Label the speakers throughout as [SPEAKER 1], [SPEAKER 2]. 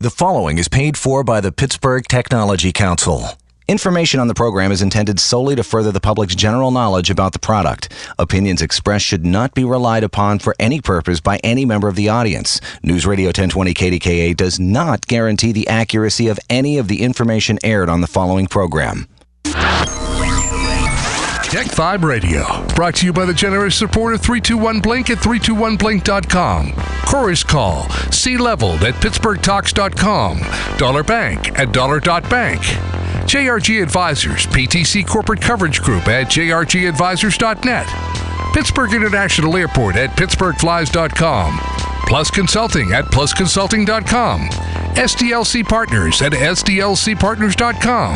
[SPEAKER 1] The following is paid for by the Pittsburgh Technology Council. Information on the program is intended solely to further the public's general knowledge about the product. Opinions expressed should not be relied upon for any purpose by any member of the audience. News Radio 1020 KDKA does not guarantee the accuracy of any of the information aired on the following program.
[SPEAKER 2] Tech Vibe Radio, brought to you by the generous support of 321 Blink at 321blink.com, Chorus Call, Sea Leveled at PittsburghTalks.com, Dollar Bank at Dollar.Bank, JRG Advisors, PTC Corporate Coverage Group at JRGAdvisors.net, Pittsburgh International Airport at PittsburghFlies.com, Plus Consulting at PlusConsulting.com, SDLC Partners at SDLCPartners.com.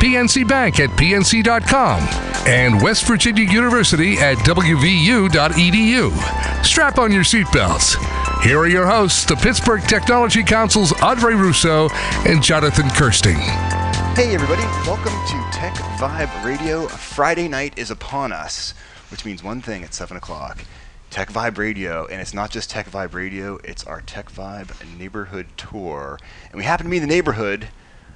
[SPEAKER 2] PNC Bank at PNC.com, and West Virginia University at WVU.edu. E Strap on your seatbelts. Here are your hosts, the Pittsburgh Technology Council's Andre Rousseau and Jonathan Kirsting.
[SPEAKER 3] Hey, everybody, welcome to Tech Vibe Radio. Friday night is upon us, which means one thing at 7 o'clock Tech Vibe Radio. And it's not just Tech Vibe Radio, it's our Tech Vibe neighborhood tour. And we happen to be in the neighborhood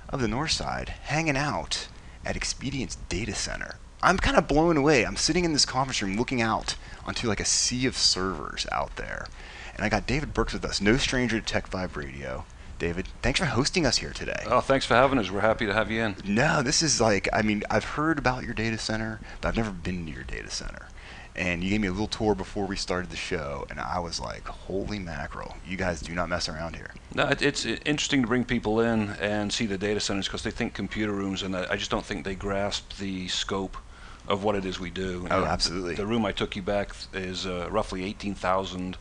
[SPEAKER 3] of the north side, hanging out at Expedience Data Center. I'm kind of blown away. I'm sitting in this conference room looking out onto like a sea of servers out there. And I got David Burks with us, no stranger to Tech Vibe Radio. David, thanks for hosting us here today.
[SPEAKER 4] Oh, thanks for having us. We're happy to have you in.
[SPEAKER 3] No, this is like, I mean, I've heard about your data center, but I've never been to your data center. And you gave me a little tour before we started the show, and I was like, holy mackerel, you guys do not mess around here.
[SPEAKER 4] No, it, it's uh, interesting to bring people in and see the data centers because they think computer rooms, and I I just don't think they grasp the scope of what it is we do.
[SPEAKER 3] Oh,
[SPEAKER 4] Uh,
[SPEAKER 3] absolutely.
[SPEAKER 4] The room I took you back th- is uh, roughly 18,000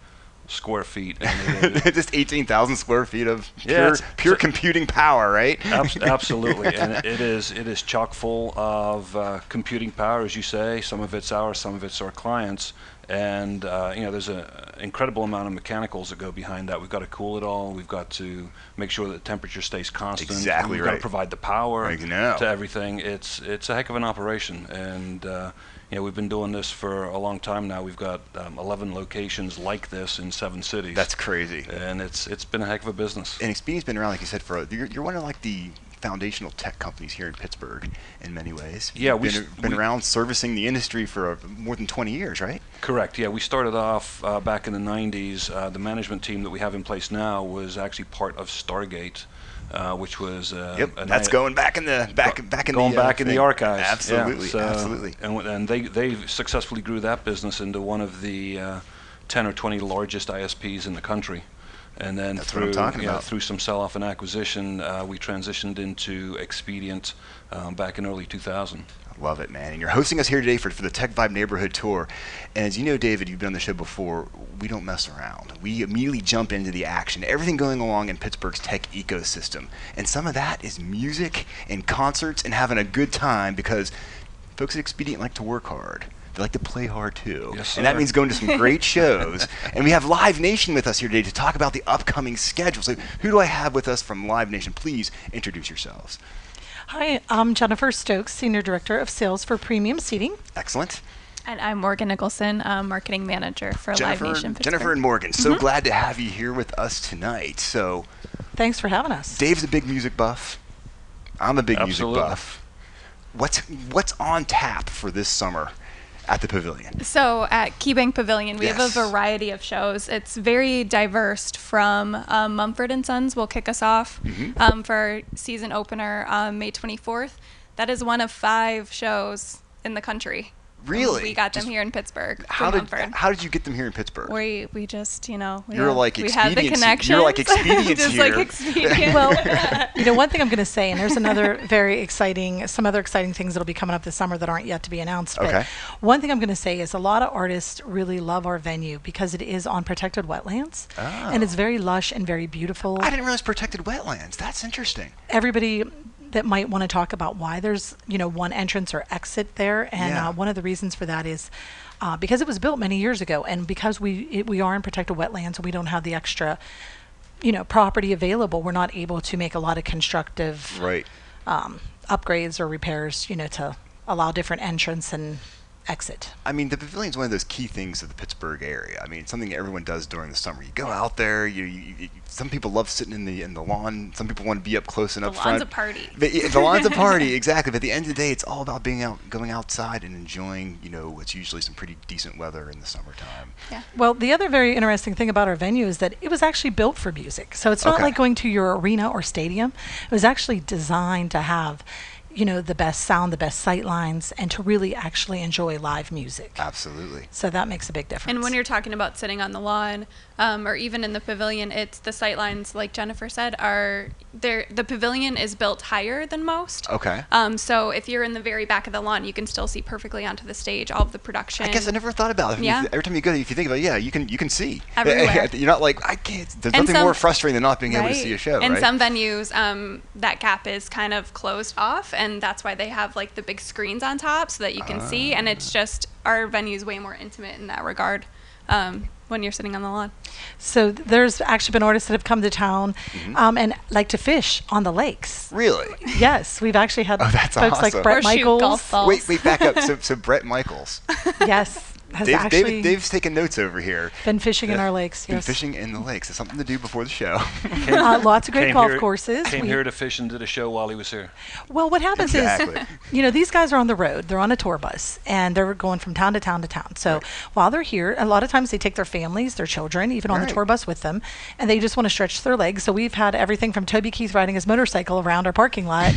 [SPEAKER 4] square feet. And it-
[SPEAKER 3] Just 18,000 square feet of
[SPEAKER 4] Yeah,
[SPEAKER 3] pure,
[SPEAKER 4] it's-
[SPEAKER 3] pure
[SPEAKER 4] so-
[SPEAKER 3] computing power, right?
[SPEAKER 4] Abs- absolutely, and it- it is it is chock full of uh, computing power, as you say. Some of it's ours, some of it's our clients, and uh, you know there's an incredible amount of mechanicals that go behind that. We've got to cool it all. We've got to make sure that the temperature stays constant.
[SPEAKER 3] Exactly
[SPEAKER 4] We've got
[SPEAKER 3] right.
[SPEAKER 4] to provide the power
[SPEAKER 3] I know.
[SPEAKER 4] to everything. It's it's a heck of an operation, and uh, you know we've been doing this for a long time now. We've got um, 11 locations like this in seven cities.
[SPEAKER 3] That's crazy.
[SPEAKER 4] and it's it's been a heck of a business.
[SPEAKER 3] and Expedient's been around, like you said, for you're, you're one of like the foundational tech companies here in Pittsburgh in many ways.
[SPEAKER 4] Yeah,
[SPEAKER 3] You've
[SPEAKER 4] we
[SPEAKER 3] been,
[SPEAKER 4] s-
[SPEAKER 3] been
[SPEAKER 4] we-
[SPEAKER 3] around servicing the industry for uh, more than 20 years, right?
[SPEAKER 4] Correct. Yeah, we started off uh, back in the 90s. Uh, the management team that we have in place now was actually part of Stargate, uh, which was uh,
[SPEAKER 3] Yep,
[SPEAKER 4] an
[SPEAKER 3] that's
[SPEAKER 4] i-
[SPEAKER 3] going back in the back back in
[SPEAKER 4] going
[SPEAKER 3] the uh,
[SPEAKER 4] back in
[SPEAKER 3] thing.
[SPEAKER 4] the archives. Yeah,
[SPEAKER 3] Absolutely,
[SPEAKER 4] so-
[SPEAKER 3] absolutely.
[SPEAKER 4] And, w- and they they successfully grew that business into one of the uh, 10 or 20 largest ISPs in the country. And then
[SPEAKER 3] That's what I'm
[SPEAKER 4] through
[SPEAKER 3] talking
[SPEAKER 4] yeah,
[SPEAKER 3] about.
[SPEAKER 4] through some sell-off and acquisition, uh, we transitioned into Expedient um, back in early 2000.
[SPEAKER 3] I Love it, man. And you're hosting us here today for, for the Tech Vibe Neighborhood Tour. And as you know, David, you've been on the show before. We don't mess around. We immediately jump into the action, everything going along in Pittsburgh's tech ecosystem. And some of that is music and concerts and having a good time because folks at Expedient like to work hard. They like to play hard too.
[SPEAKER 4] Yes,
[SPEAKER 3] and that
[SPEAKER 4] sir.
[SPEAKER 3] means going to some great shows. And we have Live Nation with us here today to talk about the upcoming schedule. So, who do I have with us from Live Nation? Please introduce yourselves.
[SPEAKER 5] Hi, I'm Jennifer Stokes, Senior Director of Sales for Premium Seating.
[SPEAKER 3] Excellent.
[SPEAKER 6] And I'm Morgan Nicholson, um, marketing manager for
[SPEAKER 3] Jennifer,
[SPEAKER 6] Live Nation.
[SPEAKER 3] Jennifer and Morgan, so glad to have you here with us tonight. So,
[SPEAKER 5] Thanks for having us.
[SPEAKER 3] Dave's a big music buff. I'm a big
[SPEAKER 4] Absolutely.
[SPEAKER 3] music buff. What's what's on tap for this summer at the Pavilion?
[SPEAKER 6] So at KeyBank Pavilion, we
[SPEAKER 3] Yes.
[SPEAKER 6] have a variety of shows. It's very diverse. From um, Mumford and Sons will kick us off
[SPEAKER 3] Mm-hmm.
[SPEAKER 6] um, for our season opener um, May 24th. That is one of five shows in the country
[SPEAKER 3] Really?
[SPEAKER 6] We got them
[SPEAKER 3] Just-
[SPEAKER 6] here in Pittsburgh. through
[SPEAKER 3] How did
[SPEAKER 6] Mumford.
[SPEAKER 3] how did you get them here in Pittsburgh?
[SPEAKER 6] we we just you know we
[SPEAKER 3] You're
[SPEAKER 6] have,
[SPEAKER 3] like
[SPEAKER 6] we have the
[SPEAKER 3] expediency-
[SPEAKER 6] connection.
[SPEAKER 3] you're like expedience
[SPEAKER 6] just
[SPEAKER 3] here.
[SPEAKER 6] like expedient.
[SPEAKER 5] well, you know, one thing I'm going to say, and there's another very exciting, some other exciting things that'll be coming up this summer that aren't yet to be announced. But
[SPEAKER 3] Okay.
[SPEAKER 5] one thing I'm going to say is a lot of artists really love our venue because it is on protected wetlands and
[SPEAKER 3] Oh.
[SPEAKER 5] it's very lush and very beautiful.
[SPEAKER 3] I didn't realize protected wetlands. That's interesting.
[SPEAKER 5] everybody that might want to talk about why there's you know one entrance or exit there and
[SPEAKER 3] Yeah.
[SPEAKER 5] uh, one of the reasons for that is uh, because it was built many years ago and because we it, we are in protected wetlands and we don't have the extra you know property available we're not able to make a lot of constructive
[SPEAKER 3] Right.
[SPEAKER 5] um, upgrades or repairs you know to allow different entrance and exit
[SPEAKER 3] I mean, the pavilion's one of those key things of the Pittsburgh area. I mean, it's something everyone does during the summer. You go out there. You, you, you some people love sitting in the in the lawn. Some people want to be up close and
[SPEAKER 6] The
[SPEAKER 3] up
[SPEAKER 6] lawn's
[SPEAKER 3] front.
[SPEAKER 6] a party.
[SPEAKER 3] But, yeah, the lawn's a party, exactly. But at the end of the day, it's all about being out, going outside, and enjoying. You know, what's usually some pretty decent weather in the summertime.
[SPEAKER 5] Well, the other very interesting thing about our venue is that it was actually built for music. So it's not
[SPEAKER 3] Okay.
[SPEAKER 5] like going to your arena or stadium. It was actually designed to have, you know, the best sound, the best sight lines, and to really actually enjoy live music.
[SPEAKER 3] Absolutely.
[SPEAKER 5] So that makes a big difference.
[SPEAKER 6] And when you're talking about sitting on the lawn, um, or even in the pavilion, it's the sight lines, like Jennifer said, are there. The pavilion is built higher than most.
[SPEAKER 3] Okay.
[SPEAKER 6] Um, so if you're in the very back of the lawn, you can still see perfectly onto the stage, all of the production.
[SPEAKER 3] I guess I never thought about it. If-
[SPEAKER 6] Yeah.
[SPEAKER 3] Every time you go, if you think about, it, yeah, you can you can see.
[SPEAKER 6] Everywhere.
[SPEAKER 3] You're not like I can't. There's
[SPEAKER 6] And
[SPEAKER 3] nothing
[SPEAKER 6] some-
[SPEAKER 3] more frustrating than not being able to see a show.
[SPEAKER 6] And
[SPEAKER 3] Oh, right?
[SPEAKER 6] some venues, um, that gap is kind of closed off, and that's why they have like the big screens on top so that you can see. And
[SPEAKER 3] Ah.
[SPEAKER 6] it's just our venue's way more intimate in that regard um, when you're sitting on the lawn.
[SPEAKER 5] so th- there's actually been artists that have come to town
[SPEAKER 3] Mm-hmm.
[SPEAKER 5] um, and like to fish on the lakes.
[SPEAKER 3] really.
[SPEAKER 5] Yes, we've actually had
[SPEAKER 3] Oh, that's
[SPEAKER 5] folks
[SPEAKER 3] awesome.
[SPEAKER 5] like
[SPEAKER 3] Or
[SPEAKER 5] Brett
[SPEAKER 6] shoot
[SPEAKER 5] Michaels.
[SPEAKER 6] golf balls.
[SPEAKER 3] Wait, wait, back up. So, so Brett Michaels.
[SPEAKER 5] Yes, has
[SPEAKER 3] Dave,
[SPEAKER 5] actually
[SPEAKER 3] David, Dave's taking notes over here.
[SPEAKER 5] been fishing in
[SPEAKER 3] Yeah.
[SPEAKER 5] our lakes.
[SPEAKER 3] Been
[SPEAKER 5] Yes,
[SPEAKER 3] fishing in the lakes. It's something to do before the show.
[SPEAKER 5] Uh, lots of great
[SPEAKER 4] Came
[SPEAKER 5] golf
[SPEAKER 4] here-
[SPEAKER 5] courses.
[SPEAKER 4] Came
[SPEAKER 5] We-
[SPEAKER 4] here to fish and did a show while he was here.
[SPEAKER 5] Well, what happens
[SPEAKER 3] Exactly.
[SPEAKER 5] is, you know, these guys are on the road. They're on a tour bus and they're going from town to town to town. So while they're here, a lot of times they take their families, their children, even on
[SPEAKER 3] Right.
[SPEAKER 5] the tour bus with them, and they just want to stretch their legs. So we've had everything from Toby Keith riding his motorcycle around our parking lot.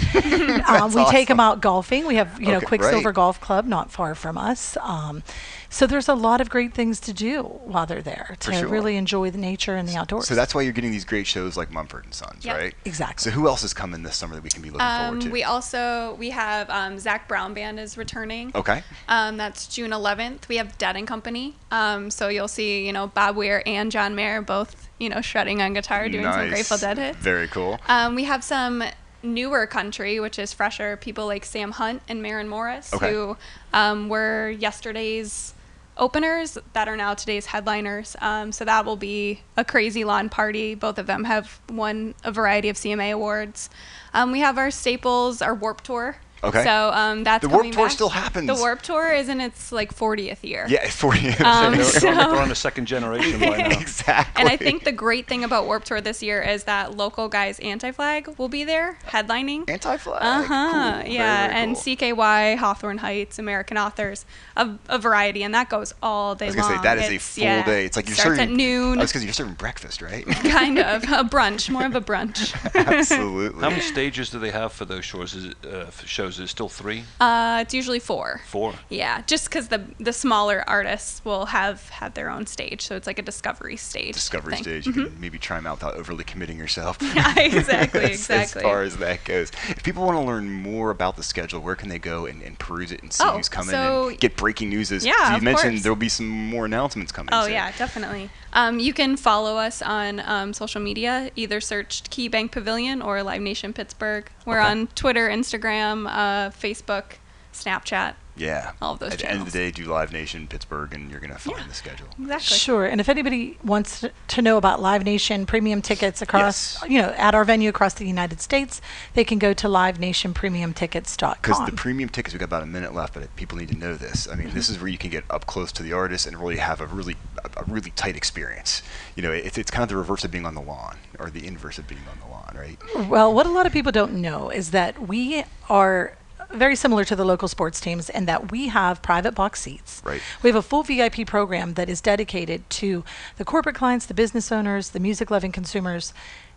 [SPEAKER 5] um, we take them
[SPEAKER 3] awesome. Oh.
[SPEAKER 5] out golfing. We have, you know,
[SPEAKER 3] Okay,
[SPEAKER 5] Quicksilver
[SPEAKER 3] right.
[SPEAKER 5] Golf Club not far from us. Um, so there's a lot of great things to do while they're there to
[SPEAKER 3] sure.
[SPEAKER 5] really enjoy the nature and the outdoors.
[SPEAKER 3] so that's why you're getting these great shows like Mumford and Sons,
[SPEAKER 6] Yep.
[SPEAKER 3] right?
[SPEAKER 5] Exactly.
[SPEAKER 3] So who else is coming this summer that we can be looking
[SPEAKER 6] Um,
[SPEAKER 3] forward to?
[SPEAKER 6] we also we have um, Zach Brown Band is returning.
[SPEAKER 3] Okay.
[SPEAKER 6] Um, that's June 11th. We have Dead and Company. Um, so you'll see, you know, Bob Weir and John Mayer both, you know, shredding on guitar, doing some
[SPEAKER 3] Nice.
[SPEAKER 6] Grateful Dead hits.
[SPEAKER 3] Very cool.
[SPEAKER 6] Um, we have some newer country, which is fresher. People like Sam Hunt and Marin Morris,
[SPEAKER 3] Okay.
[SPEAKER 6] who um, were yesterday's openers that are now today's headliners. Um, so that will be a crazy lawn party. Both of them have won a variety of CMA awards. Um, we have our staples, our Warp Tour.
[SPEAKER 3] Okay.
[SPEAKER 6] So um, that's
[SPEAKER 3] The Warped
[SPEAKER 6] coming
[SPEAKER 3] Tour
[SPEAKER 6] back.
[SPEAKER 3] still happens.
[SPEAKER 6] The Warp Tour is in its like 40th year.
[SPEAKER 3] yeah, for you.
[SPEAKER 4] They're, they're on,
[SPEAKER 6] so-
[SPEAKER 4] they're on the second generation by now.
[SPEAKER 3] exactly.
[SPEAKER 6] um, And I think the great thing about Warp Tour this year is that local guys Anti Flag will be there headlining.
[SPEAKER 3] anti-flag.
[SPEAKER 6] Uh huh.
[SPEAKER 3] Cool. Very,
[SPEAKER 6] Yeah,
[SPEAKER 3] very cool.
[SPEAKER 6] and CKY, Hawthorne Heights, American Authors, a, a variety, and that goes all day
[SPEAKER 3] I was
[SPEAKER 6] long.
[SPEAKER 3] gonna say that is a
[SPEAKER 6] It's-
[SPEAKER 3] full
[SPEAKER 6] yeah,
[SPEAKER 3] day. It's like you're
[SPEAKER 6] starts
[SPEAKER 3] serving
[SPEAKER 6] at noon.
[SPEAKER 3] I was gonna say, you're serving breakfast, right?
[SPEAKER 6] kind of a brunch, more of a brunch.
[SPEAKER 3] Absolutely.
[SPEAKER 4] How many stages do they have for those shows? Is it, uh, f- shows? Is it still three,
[SPEAKER 6] Uh, it's usually four.
[SPEAKER 4] four?
[SPEAKER 6] Yeah, just because the the smaller artists will have had their own stage, so it's like a discovery stage.
[SPEAKER 3] discovery
[SPEAKER 6] thing.
[SPEAKER 3] stage, you can maybe try them out without overly committing yourself.
[SPEAKER 6] Yeah, Mm-hmm. exactly,
[SPEAKER 3] as,
[SPEAKER 6] exactly.
[SPEAKER 3] As far as that goes. If people want to learn more about the schedule, where can they go and, and peruse it and see
[SPEAKER 6] Oh,
[SPEAKER 3] who's coming
[SPEAKER 6] so-
[SPEAKER 3] and get breaking news? As
[SPEAKER 6] Yeah,
[SPEAKER 3] you
[SPEAKER 6] of
[SPEAKER 3] mentioned
[SPEAKER 6] course.
[SPEAKER 3] there'll be some more announcements coming.
[SPEAKER 6] Oh
[SPEAKER 3] soon.
[SPEAKER 6] yeah, definitely. Um, you can follow us on um, social media. Either search Key Bank Pavilion or Live Nation Pittsburgh. We're
[SPEAKER 3] Okay.
[SPEAKER 6] on Twitter, Instagram, uh, Facebook, Snapchat.
[SPEAKER 3] Yeah.
[SPEAKER 6] All of those
[SPEAKER 3] At the end of
[SPEAKER 6] channels.
[SPEAKER 3] the day, do Live Nation Pittsburgh, and you're gonna find the schedule.
[SPEAKER 6] Exactly.
[SPEAKER 5] Sure. And if anybody wants to- to know about Live Nation premium tickets across,
[SPEAKER 3] Yes.
[SPEAKER 5] you know, at our venue across the United States, they can go to
[SPEAKER 3] Because the
[SPEAKER 5] livenationpremiumtickets.com.
[SPEAKER 3] premium tickets, we got about a minute left, but people need to know this. I mean, this is where you can get up close to the artist and really have a really, a, a really tight experience. You know, it's, it's kind of the reverse of being on the lawn, or the inverse of being on the lawn, right?
[SPEAKER 5] well, what a lot of people don't know is that we are very similar to the local sports teams in that we have private box seats.
[SPEAKER 3] Right.
[SPEAKER 5] We have a full VIP program that is dedicated to the corporate clients, the business owners, the music loving consumers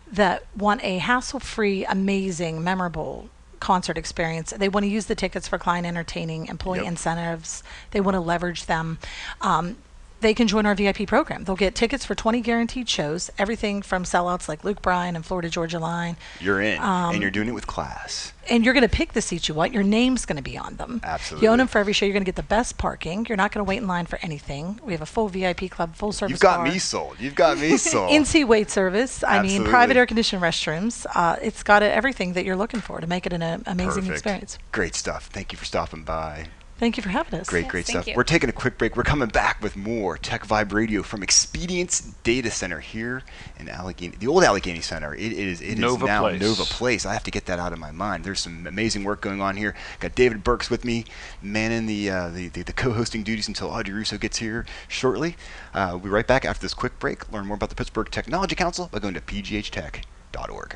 [SPEAKER 5] that want a hassle free, amazing, memorable
[SPEAKER 4] concert experience. They want to use the tickets for client entertaining, employee
[SPEAKER 3] Yep.
[SPEAKER 4] incentives. They want to leverage them. Um, they can join our VIP program. They'll get tickets for 20 guaranteed shows, everything from sellouts like Luke Bryan and Florida Georgia Line.
[SPEAKER 3] You're in, and you're doing it with class.
[SPEAKER 4] And you're going to pick the seats you want. Your name's going to be on them.
[SPEAKER 3] Absolutely.
[SPEAKER 4] You own them for every show. You're going to get the best parking. You're not going to wait in line for anything. We have a full VIP club, full service.
[SPEAKER 3] You've got
[SPEAKER 4] bar.
[SPEAKER 3] me sold. You've got me sold.
[SPEAKER 4] NC wait service. I
[SPEAKER 3] Absolutely.
[SPEAKER 4] mean, private air conditioned restrooms. Uh, it's got a, everything that you're looking for to make it an uh, amazing
[SPEAKER 3] Perfect.
[SPEAKER 4] experience.
[SPEAKER 3] Great stuff. Thank you for stopping by.
[SPEAKER 4] Thank you for having us.
[SPEAKER 3] Great, great
[SPEAKER 6] thank
[SPEAKER 3] stuff.
[SPEAKER 6] you.
[SPEAKER 3] We're taking a quick break. We're coming back with more Tech Vibe Radio from Expedience Data Center here in Allegheny, the old Allegheny Center. It is it is
[SPEAKER 7] Nova
[SPEAKER 3] now
[SPEAKER 7] Place.
[SPEAKER 3] Nova Place. I have to get that out of my mind. There's some amazing work going on here. Got David Burks with me, manning the uh, the, the, the co-hosting duties until Audrey Russo gets here shortly. Uh, we'll be right back after this quick break. Learn more about the Pittsburgh Technology Council by going to pghtech.org.